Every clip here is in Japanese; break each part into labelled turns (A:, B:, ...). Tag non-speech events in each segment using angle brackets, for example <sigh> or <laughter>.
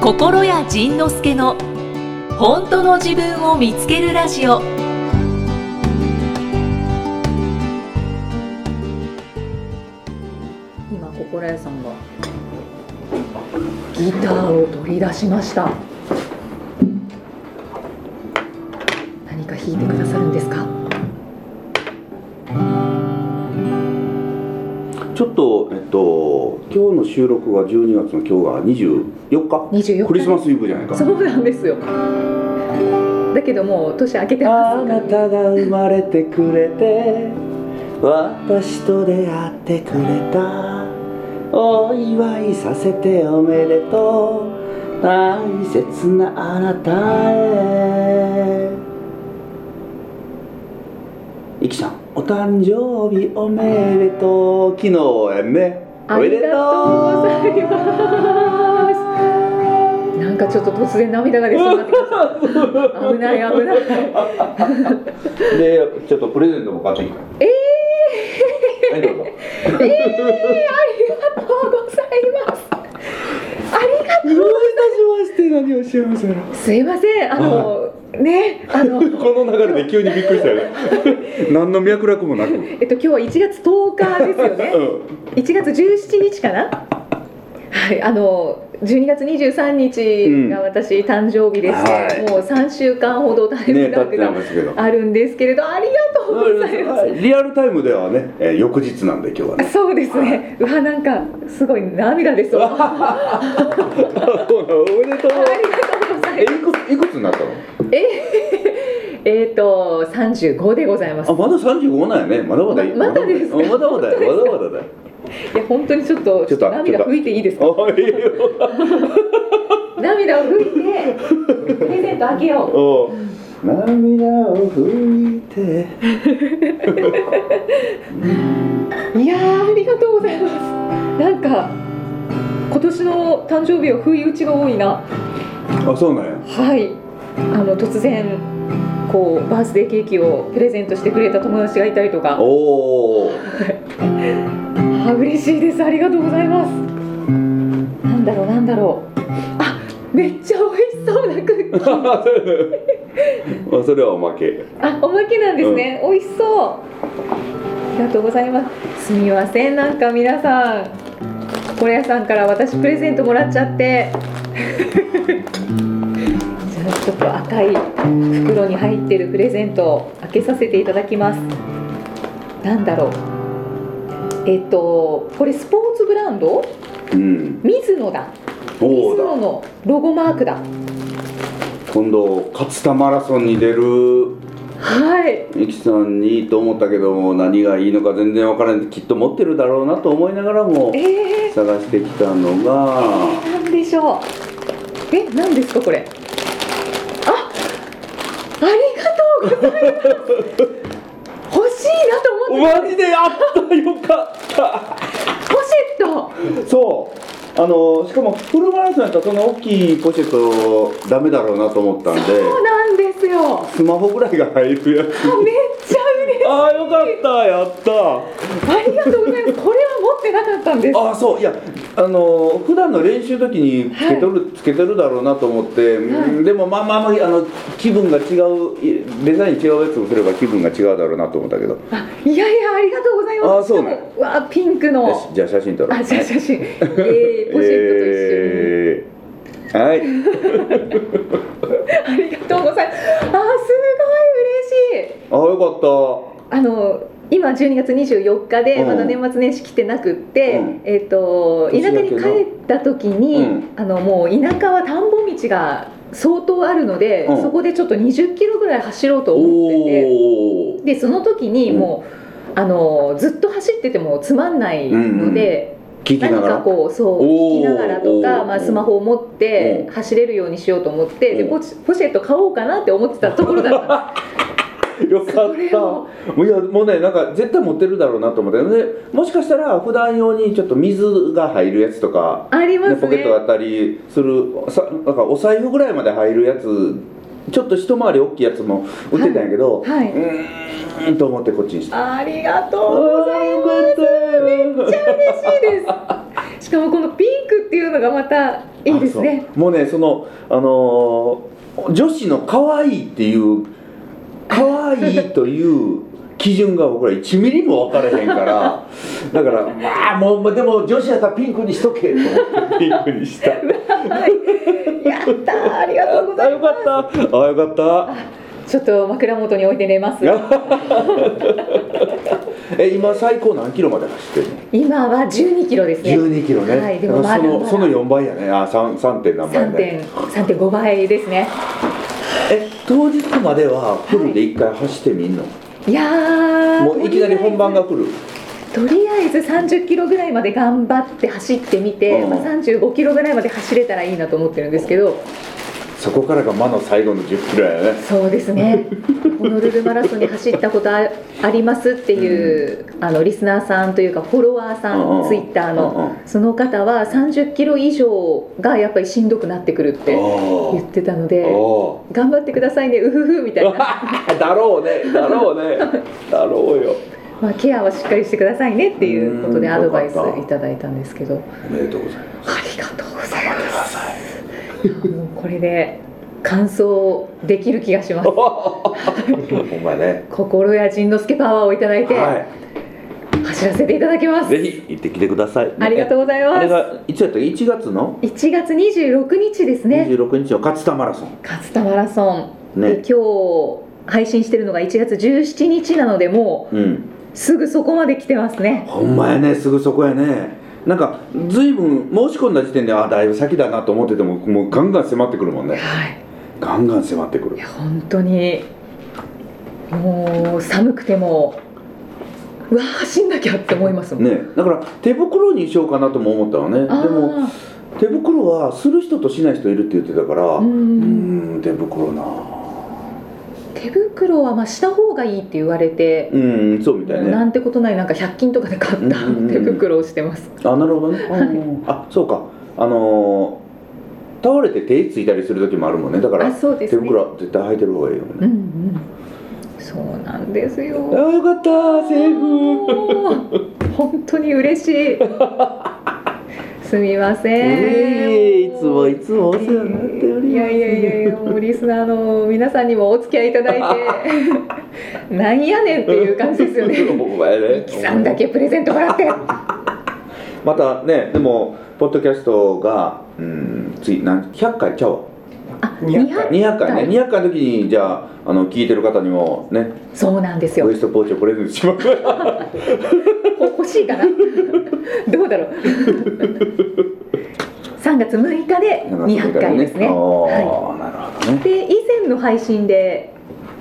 A: 心谷仁之助の本当の自分を見つけるラジオ今心谷さんがギターを取り出しました何か弾いてくださるんですか
B: ちょっと、えっと、今日の収録は12月の今日が24
A: 24
B: 日
A: 日
B: クリスマスイブじゃないか
A: そうなんですよだけどもう年明けてま
B: あ
A: すから
B: なたが生まれてくれて私と出会ってくれたお祝いさせておめでとう大切なあなたへいきさんお誕生日おめでとう昨日やんねお
A: あ
B: め
A: り
B: でと
A: がとうございます。なんかちょっと突然涙が出そうになってきまし
B: <laughs>
A: た。危ない危ない。
B: うでちょっとプレゼントも買ってきた
A: え
B: はいどう
A: えー、
B: ぞ
A: ありがとうございます。ありが
B: どういたしまして何をおっしゃいますか
A: すいません。あのね、あの
B: <laughs> この流れで急にびっくりしたよね何の <laughs> 脈絡もなく、うん、
A: えっと今日は1月10日ですよ
B: <laughs>
A: ね。1月17日かな。はい、あの12月23日が私誕生日でして、
B: うん
A: もう3週間ほどタイ
B: ね
A: ム
B: 立
A: ラ
B: って
A: グ
B: な
A: が
B: んですけど
A: あるんですけれど、ありがとうございます。
B: リアルタイムではね、えー翌日なんで今日はね
A: そうですね。うわなんかすごい涙です
B: <laughs>
A: わ。あ
B: あそうなのおめでとう
A: りがとうござ
B: えい
A: いま
B: くついくつになったの
A: す。ええーと三十五でございます。
B: あまだ35なんやねまだまだいい
A: ままだですか
B: まだまだまだだよまだまだだよ
A: いや本当にちょっと
B: ちょっと
A: 涙
B: ちょっと
A: 拭いていいですか。
B: おいよ
A: 涙を拭いてプレゼントあげよう。
B: お涙を拭いて
A: いやーありがとうございます。なんか今年の誕生日は不意打ちが多いな。
B: あそうなんや
A: はい。あの突然こうバースデーケーキをプレゼントしてくれた友達がいたりとか。
B: おお <laughs>
A: あ嬉しいですありがとうございますなんだろうなんだろうあめっちゃ美味しそうなクッキー
B: まあそれはおまけ
A: あおまけなんですね、美味しそうありがとうございますすみませんなんか皆さん心屋さんから私プレゼントもらっちゃってじゃあちょっと赤い袋に入ってるプレゼントを開けさせていただきますなんだろうえっとこれスポーツブランド
B: うん
A: ミズノだ。ミ
B: お
A: ズノ
B: おだ
A: のロゴマークだ。
B: 今度勝田マラソンに出る
A: はい。
B: ゆきさんにいいと思ったけども何がいいのか全然わからないきっと持ってるだろうなと思いながらも
A: ええ
B: 探してきたのが
A: ー、なんでしょう。え、なんですかこれ。あ、ありがとうござい <laughs> ます。欲しいなと思って。
B: マジであったよかった
A: ポシェット。
B: そうあのしかもフルマラソンやったらそんな大きいポシェットダメだろうなと思ったんで
A: そうなんですよ。あ、
B: スマホぐらいが入るやつ
A: めっちゃ嬉しい。
B: ああよかったやった
A: ありがとうございます。これは持ってなかったんです。
B: <laughs> ああそういやあのー普段の練習時につけとる、つけてるだろうなと思って、うんでもまあまあまああの気分が違ういデザイン違うやつをすれば気分が違うだろうなと思ったけどよ
A: あいやいや、ありがとうございます。
B: あそうなの
A: しかもわあ、ピンクの。
B: しじゃあ写真撮ろう
A: あ、じゃあ写真。ええー、ポシェットと一緒に。
B: えーはい
A: ありがとうございます。あー、すごい嬉しい。
B: ああよかっ
A: あの今12月24日で
B: うん
A: まだ年末年始来てなくって、
B: うん
A: えっ、と田
B: 年
A: 舎
B: 明
A: に
B: け
A: 帰
B: の
A: った時に、
B: うん
A: あのもう田舎は田んぼ道が相当あるので、
B: うん
A: そこでちょっと20キロぐらい走ろう
B: た
A: と思って
B: おお
A: て、でその時にもう、あのずっと走っててもつまんないので。
B: 聞きな
A: 何
B: が
A: からこうそう
B: おー
A: 聞きながらと
B: お
A: か、
B: ー
A: まあ、スマホを持って走れるようにしようと思ってで
B: うん
A: ポチポシェット買おうかなって思ってたところだったんです
B: <laughs> よかった
A: それを
B: もういやもうねなんか絶対持ってるだろうなと思ったのでもしかしたら普段用にちょっと水が入るやつとか
A: ありま
B: ね、
A: す
B: ポケッ
A: ね。
B: トだったりするさなんかお財布ぐらいまで入るやつちょっと一回り大きいやつも売ってたんやけど、
A: はいう
B: ーんと思ってこっちにした
A: ありがと
B: あ
A: うございます。
B: ーよかった
A: めっちゃ嬉しいです。しかもこのピンクっていうのがまたいいですね
B: あそうもうねそのあのー女子の可愛いっていう可愛いという基準が僕ら1ミリも分からへ
A: <laughs>
B: んからだからまあもうでも女子やったらピンクにしとけと思ってピンクにした
A: はいやったー <laughs> ありがとうご
B: あ
A: ざい
B: よか
A: ま
B: ったあよかった
A: すちょっと枕元に置いて寝ます
B: <laughs> え今最高何キロまで走ってるの
A: 今は12キロですね
B: 12キロね、
A: はいでもまだ
B: その
A: まだ
B: その4倍やねあ三 3. 点何倍
A: 3
B: ね
A: 点3.5倍ですね
B: え当日まではフルで1回走ってみんの、
A: いやー
B: もういきなり本番が来る
A: とりあえず30キロぐらいまで頑張って走ってみて、
B: うん
A: まあ、35キロぐらいまで走れたらいいなと思ってるんですけど
B: そこからが魔の最後の10キロやね
A: そうです
B: <laughs>
A: ねホノルルマラソンに走ったことあありますっていう、あのリスナーさんというかフォロワーさ
B: うん
A: ん、
B: うん
A: ツイッターの、
B: うんうん
A: その方は30キロ以上がやっぱりしんどくなってくるって
B: お
A: 言ってたの
B: ー <laughs>
A: で
B: お
A: 頑張ってくださいねうふふみたいな、
B: ーだろうねだろうねだろうよ
A: まあ、ケアはしっかりしてくださいねっていうことで
B: うん
A: アドバイス
B: よかった
A: いただいたんですけどあ
B: おめでとうございます
A: りがとうございます
B: ください
A: もうこれで完走できる気がし
B: <laughs>
A: ます
B: ほんまやね
A: 心や仁之助パワーをいただいて
B: は
A: 走らせていただきま
B: い
A: す、
B: ぜひ行ってきてください
A: ありがとうござい
B: あ
A: ま
B: れ
A: す
B: がいつやったっけ1月の
A: 1月26日ですね
B: 26日の勝田マラソン
A: 勝田マラソン、
B: ね
A: で今日配信してるのが1月17日なのでも
B: うん
A: うすぐそこまで来てますね
B: ほんまやねすぐそこやねなんか随分申し込んだ時点であだいぶ先だなと思っててももうガンガン迫ってくるもんね
A: はい
B: ガンガン迫ってく
A: い
B: る
A: や本当にもう寒くてもうわー走んなきゃって思いますもん、
B: ねだから手袋にしようかなとも思ったのね
A: あー
B: でも手袋はする人としない人いるって言ってたからう
A: うん
B: ーん手袋な
A: 手袋はまあした方がいいって言われて、
B: うんそうみたいね
A: な
B: あ
A: んてことないなんか100均とかで買った
B: うんうんうん
A: 手袋をしてます、
B: なるほどね、
A: はい
B: うんあそうかあのー倒れて手ついたりする時もあるもんねだから
A: あそうで
B: 手
A: すね
B: 袋は絶対履いてる方がいいよ
A: うんう
B: ね、
A: んそうなんです
B: ああ
A: よ
B: よかったセーフ
A: もう本当に嬉しいすみません、
B: ええいつもいつもお世話になっております
A: いやいやいやいやもうリスナーの皆さんにもお付き合いいただいてなんやねんっていう感じですよね
B: <laughs> お前ね
A: ミキさんだけプレゼントもらって
B: またねでもポッドキャストがうん次何100回ちゃうわ
A: あ200
B: 200回ね200回の時にじゃああの聞いてる方にもね
A: そうなんですよ
B: ウエストポーチをプレゼントします
A: ほ欲しいかなどうだろ
B: <laughs>
A: う3月6日で200回ですね
B: ああ、
A: は
B: なるほどね
A: い、で以前の配信で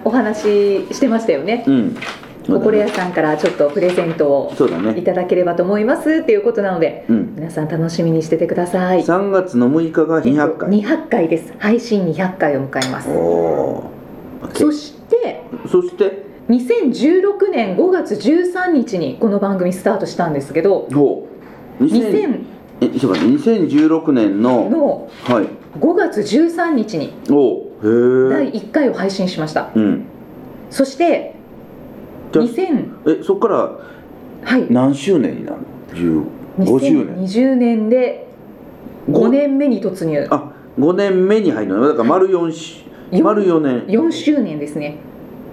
A: お話ししてましたよね
B: うん
A: 心屋さんからちょっとプレゼントを
B: そうだ
A: い
B: ね
A: ただければと思いますっていうことなので
B: うん
A: 皆さん楽しみにしててください
B: 3月の6日が200回
A: 200回です配信200回を迎えます
B: おお
A: そして
B: そして
A: 2016年5月13日にこの番組スタートしたんですけど
B: ほう2000
A: 2000
B: えちょっと待って2016年の
A: の
B: はい
A: 5月13日に
B: おおへえ
A: 第1回を配信しました
B: うん
A: そして
B: じゃあ
A: 2000
B: えそこから
A: はい
B: 何周年になるの50年
A: 2020年で5年目に突入
B: あ5年目に入るのだから丸4し
A: 四
B: 丸4年
A: 4周年ですね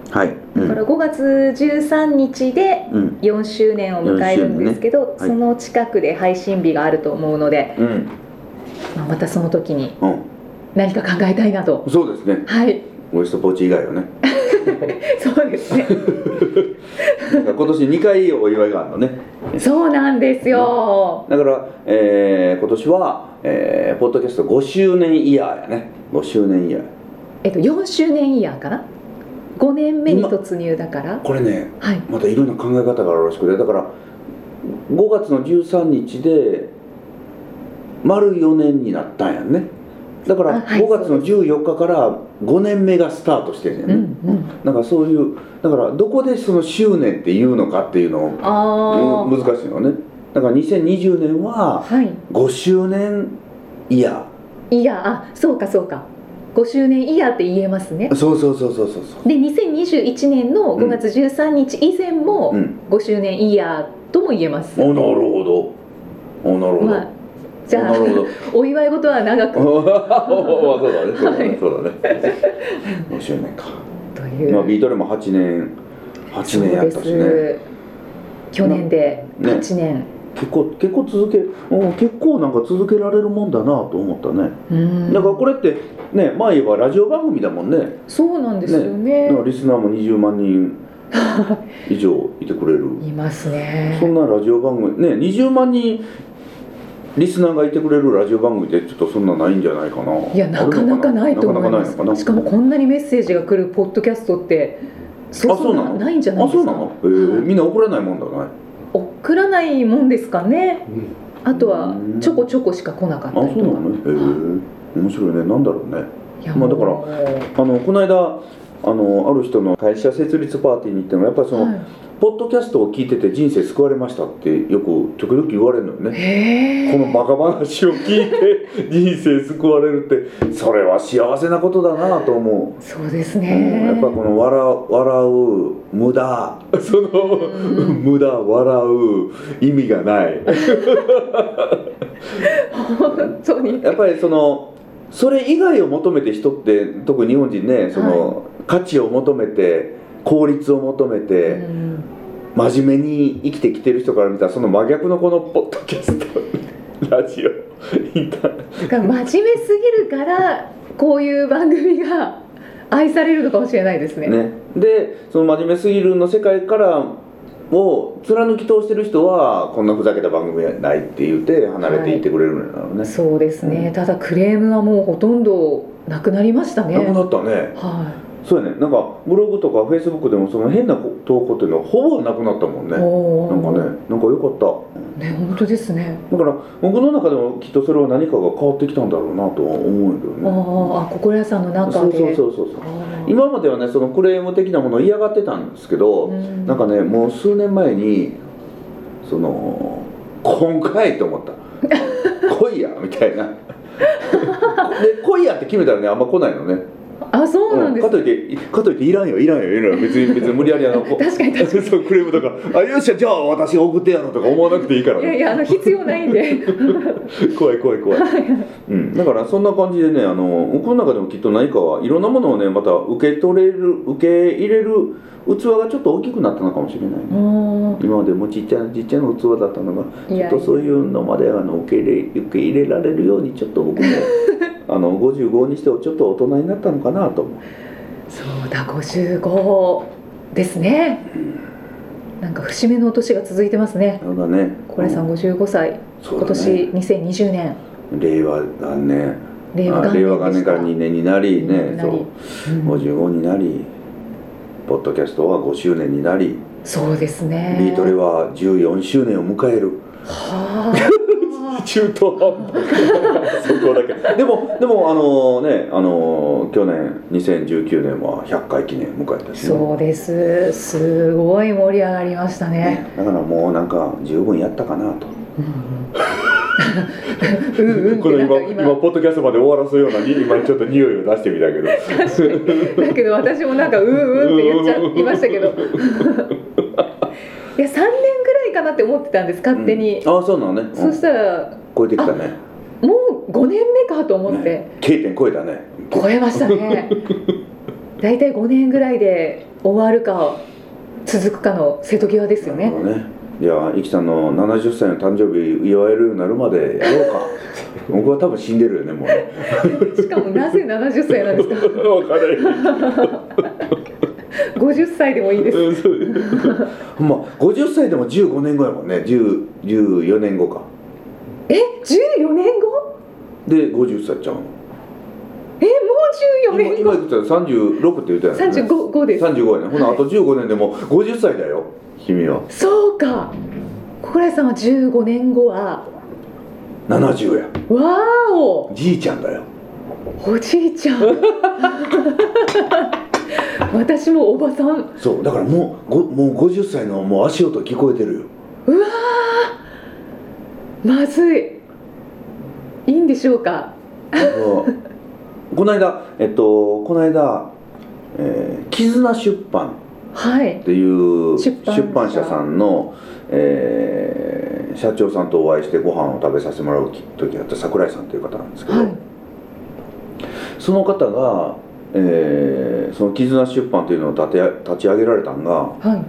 B: はい、う
A: だか
B: ん
A: ら5月13日で
B: うん
A: 4周年を迎えるんですけど、
B: 四周
A: そ
B: 年
A: の近くで配信日があると思うので、
B: うん
A: まあ、またその時に
B: う
A: 何か考えたいなと
B: ん、そうですね
A: はい
B: ウエストポーチ以外は
A: <laughs>
B: ね
A: そうですね
B: だから今年2回お祝いがあるのね
A: そうなんですよ
B: だから、えー今年は、えーポッドキャスト5周年イヤーやね5周年イヤー
A: えっと4周年イヤーかな5年目に突入だから
B: これね
A: はい
B: またいろんな考え方があるらしくてだから5月の13日で丸4年になったんやんねだから
A: あはい
B: 5月の14日から5年目がスタートしてるんや
A: うん
B: ね、
A: うん
B: なんかそういうだからどこでその執念っていうのかっていうの
A: あ
B: を
A: あ
B: む難しいのねだから2020年は
A: はい
B: 5周年イヤ
A: イヤーあそうかそうか5周年イヤーって言えますね
B: ーそうそうそうそうそうそう
A: で2021年の5月13日以前
B: う
A: も
B: ん
A: 5周年イヤーとも言えます、
B: おなるほどおなるほど、
A: まあじゃあ
B: なるほど
A: お祝い事は長
B: <laughs>
A: く
B: おーそうだねそうだ
A: は
B: ね
A: い
B: そうだね5周年か、
A: という、
B: まあ、ビートルも8年8年やったし
A: そう
B: ね
A: です去年で
B: ね
A: 8年、
B: 結構結構続けうん結構なんか続けられるもんだなと思ったね、
A: うん
B: だからこれってね前はラジオ番組だもんね
A: そうなんですよね
B: だからリスナーも20万人以上いて
A: <laughs>
B: くれる
A: いますね
B: そんなラジオ番組ね20万人リスナーがいてくれるラジオ番組ってちょっとそんなないんじゃないかない
A: いやなかなかないと思います
B: なかなかないのかな
A: しかもこんなにメッセージが来るポッドキャストってそう
B: そうなの
A: ないんじゃない
B: あ
A: で
B: そ
A: す
B: う
A: か
B: なの、えーみんな怒らないもんだね
A: 送らないもんですかね
B: うん
A: あとはちょこちょこしか来なか
B: あ
A: った
B: そう
A: り
B: な
A: とか
B: のねへえ面白いねなんだろうね
A: いや
B: まあだから
A: もう
B: あのこの間あのある人の会社設立パーティーに行ってもやっぱりその、
A: は
B: ポッドキャストを聞いてて人生救われましたってよく時々言われるのよ
A: い、
B: ね
A: へえ
B: このバカ話を聞いて人生救われるってそれは幸せなことだなと思う
A: そうです
B: うん
A: ね、
B: やっぱこの笑う笑う無駄その、
A: うん
B: <laughs> 無駄笑う意味がない
A: 本当に
B: やっぱりそのそれ以外を求めて人って特に日本人ねその、価値を求めて効率を求め
A: う
B: て、
A: ん
B: 真面目に生きてきてる人から見たらその真逆のこのポッドキャストラジオインターネッ
A: だから真面目すぎるからこういう番組が愛されるのかもしれないですね
B: トねでその真面目すぎるの世界からを貫き通してる人はこんなふざけた番組はないって言って離れていってくれるんだろうね、
A: そうですね、
B: うん
A: ただクレームはもうほとんどなくなりましたね
B: なくなったね
A: は
B: そうやねなんかブログとかフェイスブックでもその変な投稿っていうのはほぼなくなったもん
A: い、
B: ね
A: お
B: なんか
A: お
B: ね、なんか良かった。
A: ね本当ですね
B: だから僕の中でもきっとそれは何かが変わってきたんだろうなとは思うんだよ
A: あ
B: ね。
A: ーあ心屋さんの
B: そ
A: 中
B: う
A: で
B: そうそうそうそう。
A: あー
B: 今まではねそのクレーム的なものを嫌がってたんですけど、
A: うん
B: なんかねもう数年前にその今回と思
A: <laughs>
B: った。来いやみたいな。で来いやって決めたらねあんま来ないのね。
A: あそうなんです、
B: かといってかといっていらんよいらんよいらんよ別に別に無理やりあ
A: <laughs>
B: のこう
A: 確
B: <laughs>
A: かに確か
B: そうクレームとかあよっしゃじゃあ私送ってやろうとか思わなくていいから
A: にい
B: ね
A: や。いやあの必要ないんで
B: <laughs> 怖い怖い
A: <laughs>
B: 怖い、うん、だからそんな感じでねあの僕の中でもきっと何かはいろんなものをねまた受け取れる受け入れる器がちょっと大きくなったのかもしれないね
A: も
B: 今までもうちっちゃなちっちゃな器だったのが
A: うい
B: ちょ
A: や
B: っとそういうのまであの受け入れ受け入れられるようにちょっ
A: <laughs>
B: と僕もあの55にしてはちょっと大人になったのかなと思う
A: そうだ55ですねなんか節目の年が続いてますね
B: そうだね
A: 心屋さ
B: うん
A: 55歳
B: そう
A: 今
B: だ
A: 年
B: ね
A: 2020年
B: 令和元年
A: 令和
B: あ
A: 元年
B: 令和元
A: でし
B: 年
A: た
B: から2年になりね
A: な
B: そ
A: り
B: う
A: うん
B: 55になりポッドキャストは5周年になり、
A: そうですね
B: ビートルは14周年を迎える
A: はあ
B: 中途半端そこだけ <laughs> でもでもあのねあの去年2019年は100回記念迎えたしね、
A: そうですすごい盛り上がりましたね、
B: だからもうなんか十分やったかなと
A: うんうん、うんうんってなんか今
B: ポッドキャストまで終わらすような今ちょっと匂いを出してみたけど
A: <laughs> だけど私もなんかうんうんって言っちゃいましたけ
B: <laughs>
A: どいや3年ぐらいかなって思ってたんです勝手に、
B: ああそうなのね、う
A: そ
B: ん
A: したら
B: 超えてきたね
A: もう5年目かと思って、
B: ね K 点超えたね
A: 超えましたね大体5年ぐらいで終わるか続くかの瀬戸際ですよ
B: な
A: ね
B: る <laughs> ほどねじゃあいきさんの70歳の誕生日祝えるようになるまでや <laughs> ろうか僕は多分死んでるよねもうね
A: しかもなぜ70歳なんですか
B: 分かる
A: 50歳でもいいです
B: <laughs> うんそうですまあ50歳でも15年後やもんね10 14年後か
A: え14年後
B: で50歳ちゃうの
A: えもう14
B: 今
A: 年後
B: 今いくつや36って言ったやん、ね、
A: 35五です
B: 35やねほなあと15年でも50歳だよ君は
A: そうか心屋さんは15年後は
B: 70や
A: わーお
B: じいちゃんだよ
A: おじいちゃん私もおばさん
B: そうだからもうごもう50歳のもう足音聞こえて
A: <laughs>
B: るよ
A: うわーまずいいいんでしょうか
B: そうこの間えっとこの間、えー、絆出版
A: はい
B: っていう
A: 出
B: 出
A: 版社
B: 版社さんの、え社長さんとお会いしてご飯を食べさせてもらう時があった桜井さんという方なんですけど、
A: はい
B: その方が、えーその絆出版というのを立て立ち上げられたんが
A: はい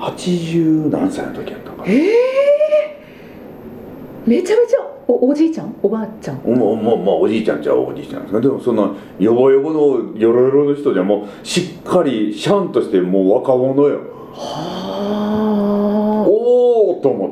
B: 80何歳の時やったのかな
A: えー、めちゃめちゃおおじいちゃんおばあちゃん
B: もうもうまあおじいちゃんじゃおじいちゃんですけどでもそんなヨボヨボのヨロヨロの人じゃもうしっかりシャンとしてもう若者よ
A: は
B: おおと思っ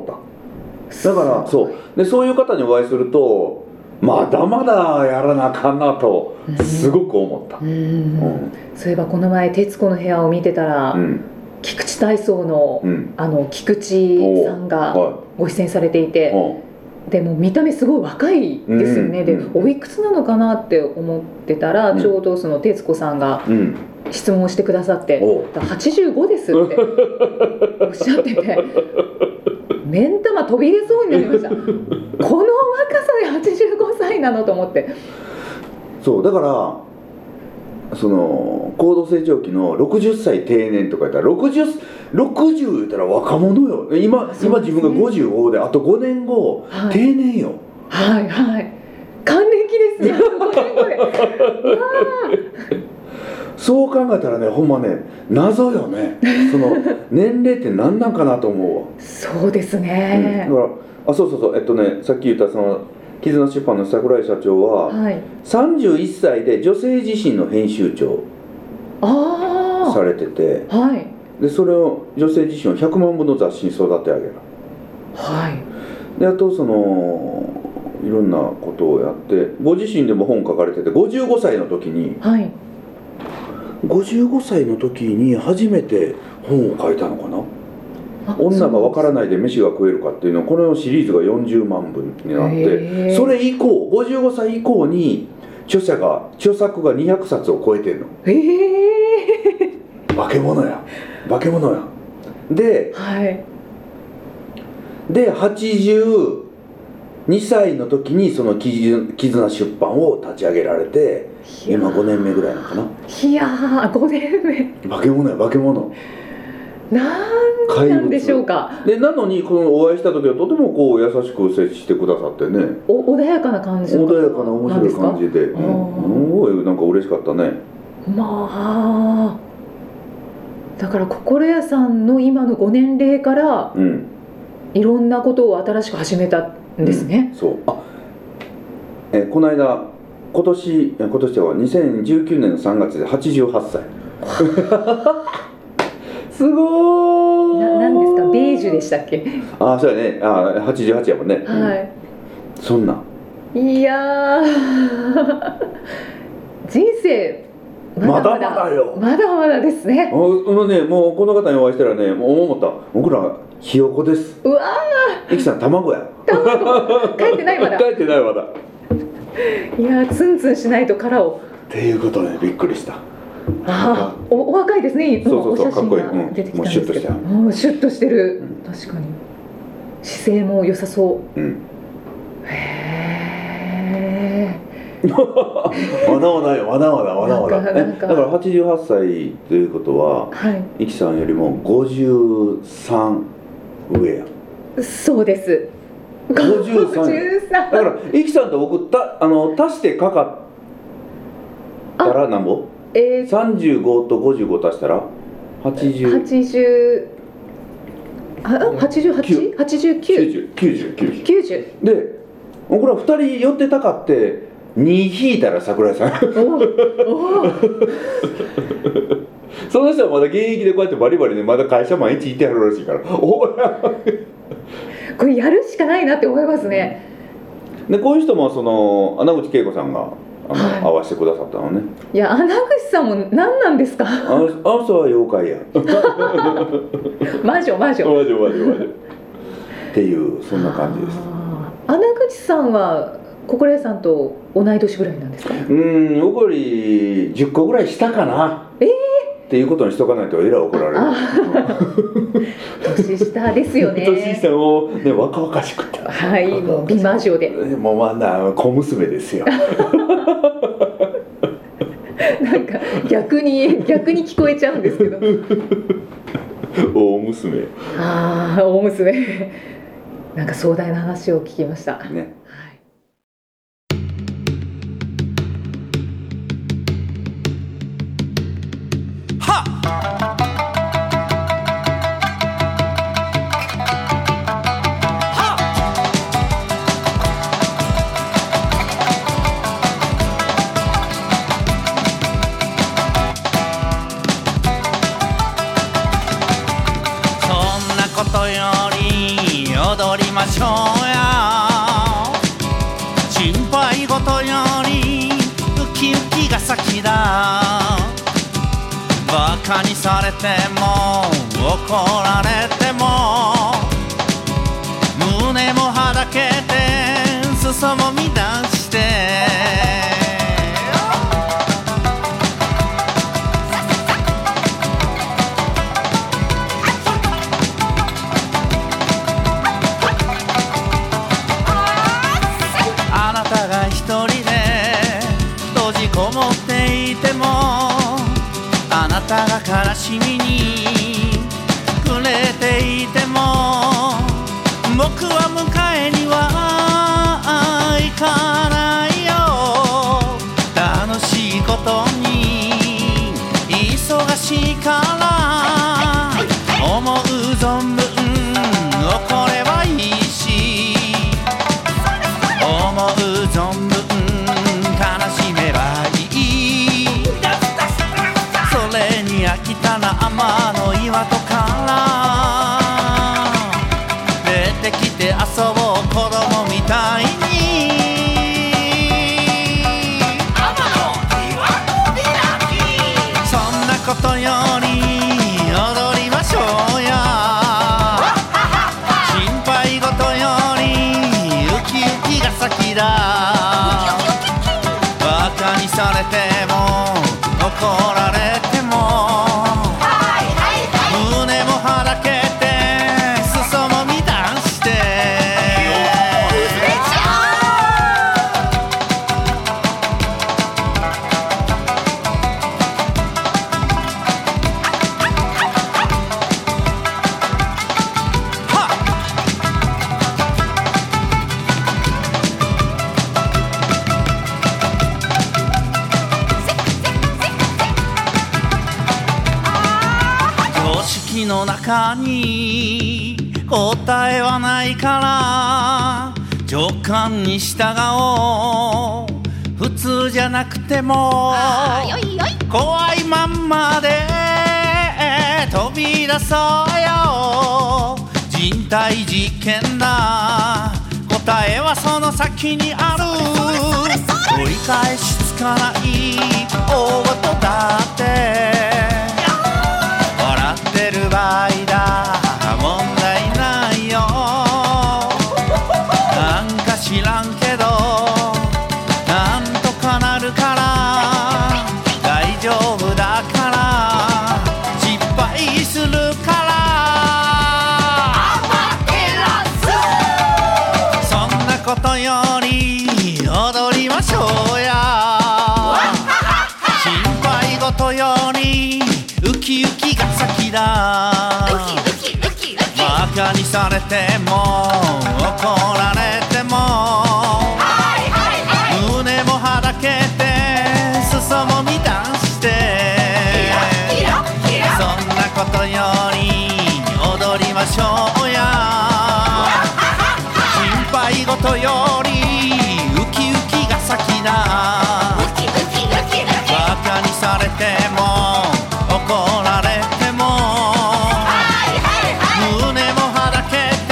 B: ただからそうでそういう方にお会いするとまだまだやらなあかんなと
A: うん
B: すごく思った
A: う、
B: うんん
A: そういえばこの前『徹子の部屋』を見てたら、
B: うん
A: 菊池体操の,、
B: うん
A: あの菊池さんが
B: は
A: ご出演されてい
B: い、
A: て、
B: うん
A: でも見た目すごい若いですよね、
B: うん
A: で、
B: うん
A: おいくつなのかなって思ってたら、
B: うん
A: ちょうどその徹子さんが
B: うん、
A: 質問をしてくださって
B: おう
A: 「85です」っておっしゃってて目ん玉飛び出そうになりましたこの若さで85歳なのと思って
B: そうだからその高度成長期の60歳定年とか言ったら6060言ったら若者よ今、今自分が55であと5年後、
A: はい
B: 定年よ
A: はいはい還暦ですね5年後でわ
B: そう考えたらねほんまね謎よねその年齢って何なんかなと思うわ
A: あそうですね、
B: うんだからあそうそうそうえっとねさっき言ったその絆出版の桜井社長は
A: はい
B: 31歳で女性自身の編集長
A: あ
B: されてて
A: あはい
B: でそれを女性自身を100万部の雑誌に育て上げる
A: はい
B: であとそのいろんなことをやってご自身でも本書かれてて55歳の時に
A: はい
B: 55歳の時に初めて本を書いたのかな
A: あ
B: 「女がわから
A: い
B: ないで飯が食えるか」っていうのこのシリーズが40万部になってそれ以降55歳以降に著者が著作が200冊を超えてんの
A: え
B: 化け物や化け物やで
A: ー、はい
B: で82歳の時にその絆絆出版を立ち上げられて今5年目ぐらいなのかない
A: やー5年目
B: 化け物や化け物
A: なんなんでしょうか
B: でなのにこのお会いした時はとてもこう優しく接してくださってね
A: お穏やかな感じ
B: 穏やかな面白い感
A: じ
B: じでうん
A: あー
B: すごいなんか嬉しかったね
A: まあだから心屋さんの今のご年齢から
B: うん
A: いろんなことを新しく始めたんですね、
B: そうあえーこの間今年えー今年では2019年の3月で88歳 <laughs> すごーい
A: ななんですかベージュでしたっけ、
B: ああそうやねああ88やもんね、
A: はい
B: うんそんない
A: やー <laughs> 人生まだまだ
B: まだまだよ
A: まだまだです
B: あ
A: ね
B: もうねもうこの方にお会いしたらねもう思った僕らひよこです
A: うわ
B: いきさん卵や <laughs>
A: ー帰ってないまだ
B: 帰ってないまだっ
A: いやーツンツンしないと殻を
B: ていうことでびっくりした
A: あーおお若いですね今
B: そうそうそう
A: お写
B: かっこいい
A: 真
B: う
A: が
B: ん
A: 出てきたんですけど
B: も
A: もうシュッとしてる、
B: う
A: 確かに姿勢も良さそ
B: うん
A: うへえ
B: まだまだよまだまだまだ
A: な
B: ま
A: んか
B: だ
A: なん
B: え
A: か
B: だから88歳ということは
A: はい
B: いきさんよりも53上や
A: そうです
B: 53だ
A: 53
B: からいきさんと僕たあの足してかかったらなんぼ
A: えー
B: 35と55足したら809090
A: 80あ
B: 九
A: 88?89?90
B: で僕ら2人寄ってたかって2引いたら桜井さん <laughs>
A: おお
B: その人はまだ現役でこうやってバリバリでまだ会社毎日いてはるらしいからおや
A: これやるしかないなって思いますね
B: でこういう人もその穴口恵子さんがあの、
A: はい
B: 合わせてくださったのね
A: いや穴口さんも何なんですか <laughs>
B: あの人あの人は妖怪や
A: 魔女魔女
B: マジマジマジっていうそんな感じです
A: あー穴口さんは心屋さんと同い年ぐらいなんですか
B: うん僕より10個ぐらい下かな
A: え
B: っていうことにしとかないとえらい怒られる
A: あー年下ですよね
B: 年下もね若々し <laughs> くて
A: はいもう美魔女で
B: もうまだ小娘です <laughs> よ <laughs>
A: なんか逆に逆に聞こえちゃうんですけど
C: 大娘
A: ああ大娘なんか壮大な話を聞きました、はい、
C: ね
D: そんなことより踊りましょうや心配事よりウキウキが先だバカにされても怒られても胸もはだけて裾も乱してあなたが一人で閉じこもっていてもあなたが悲しみに暮れていても僕は迎えには行かないよ楽しいことに忙しいから思う存分こればいいし思う存分悲しめばいいそれに飽きたな天の岩戸から出てきて遊ぼう子供みたいにそんなことより踊りましょうや心配事よりウキウキが先だバカにされても怒られても胸もはだけて裾も乱して常識の中に答えはないから直感に従おう普通じゃなくても怖いまんまで飛び出そうよ人体実験だ答えはその先にある折り返しつかない大事だって笑ってる場合だ問題ないよなんか知らんけどなんとかなるから大丈夫だから失敗するからそんなことより踊りましょうや心配事よりウキウキが先だバカにされても怒られても胸もはだけて裾も乱してそんなことより踊りましょうや心配事よりウキウキが先だバカにされても怒られても胸もはだけて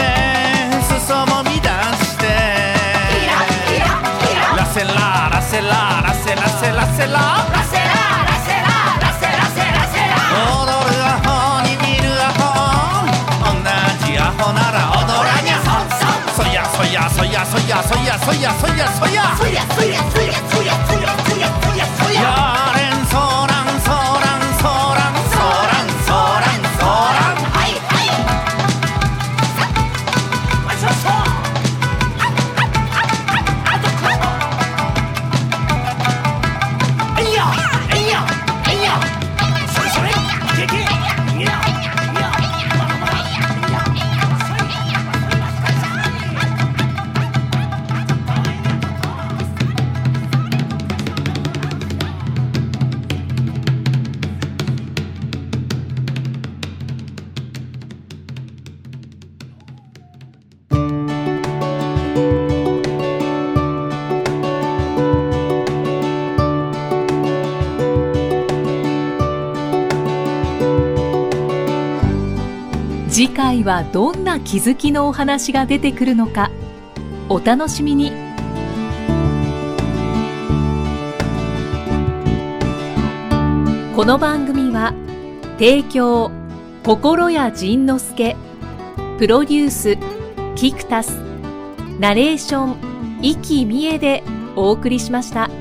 D: 裾も乱してラセララセララセラセラセラ踊るアホに見るアホ同じアホなら踊らにゃそやそやそやそやそやそやそやそややれんそらんそらんそらんそらんそらんそらん
E: それそれ回はどんな気づきのお話が出てくるのかお楽しみにこの番組は提供心谷仁之助プロデュースキクタスナレーション生きみえでお送りしました。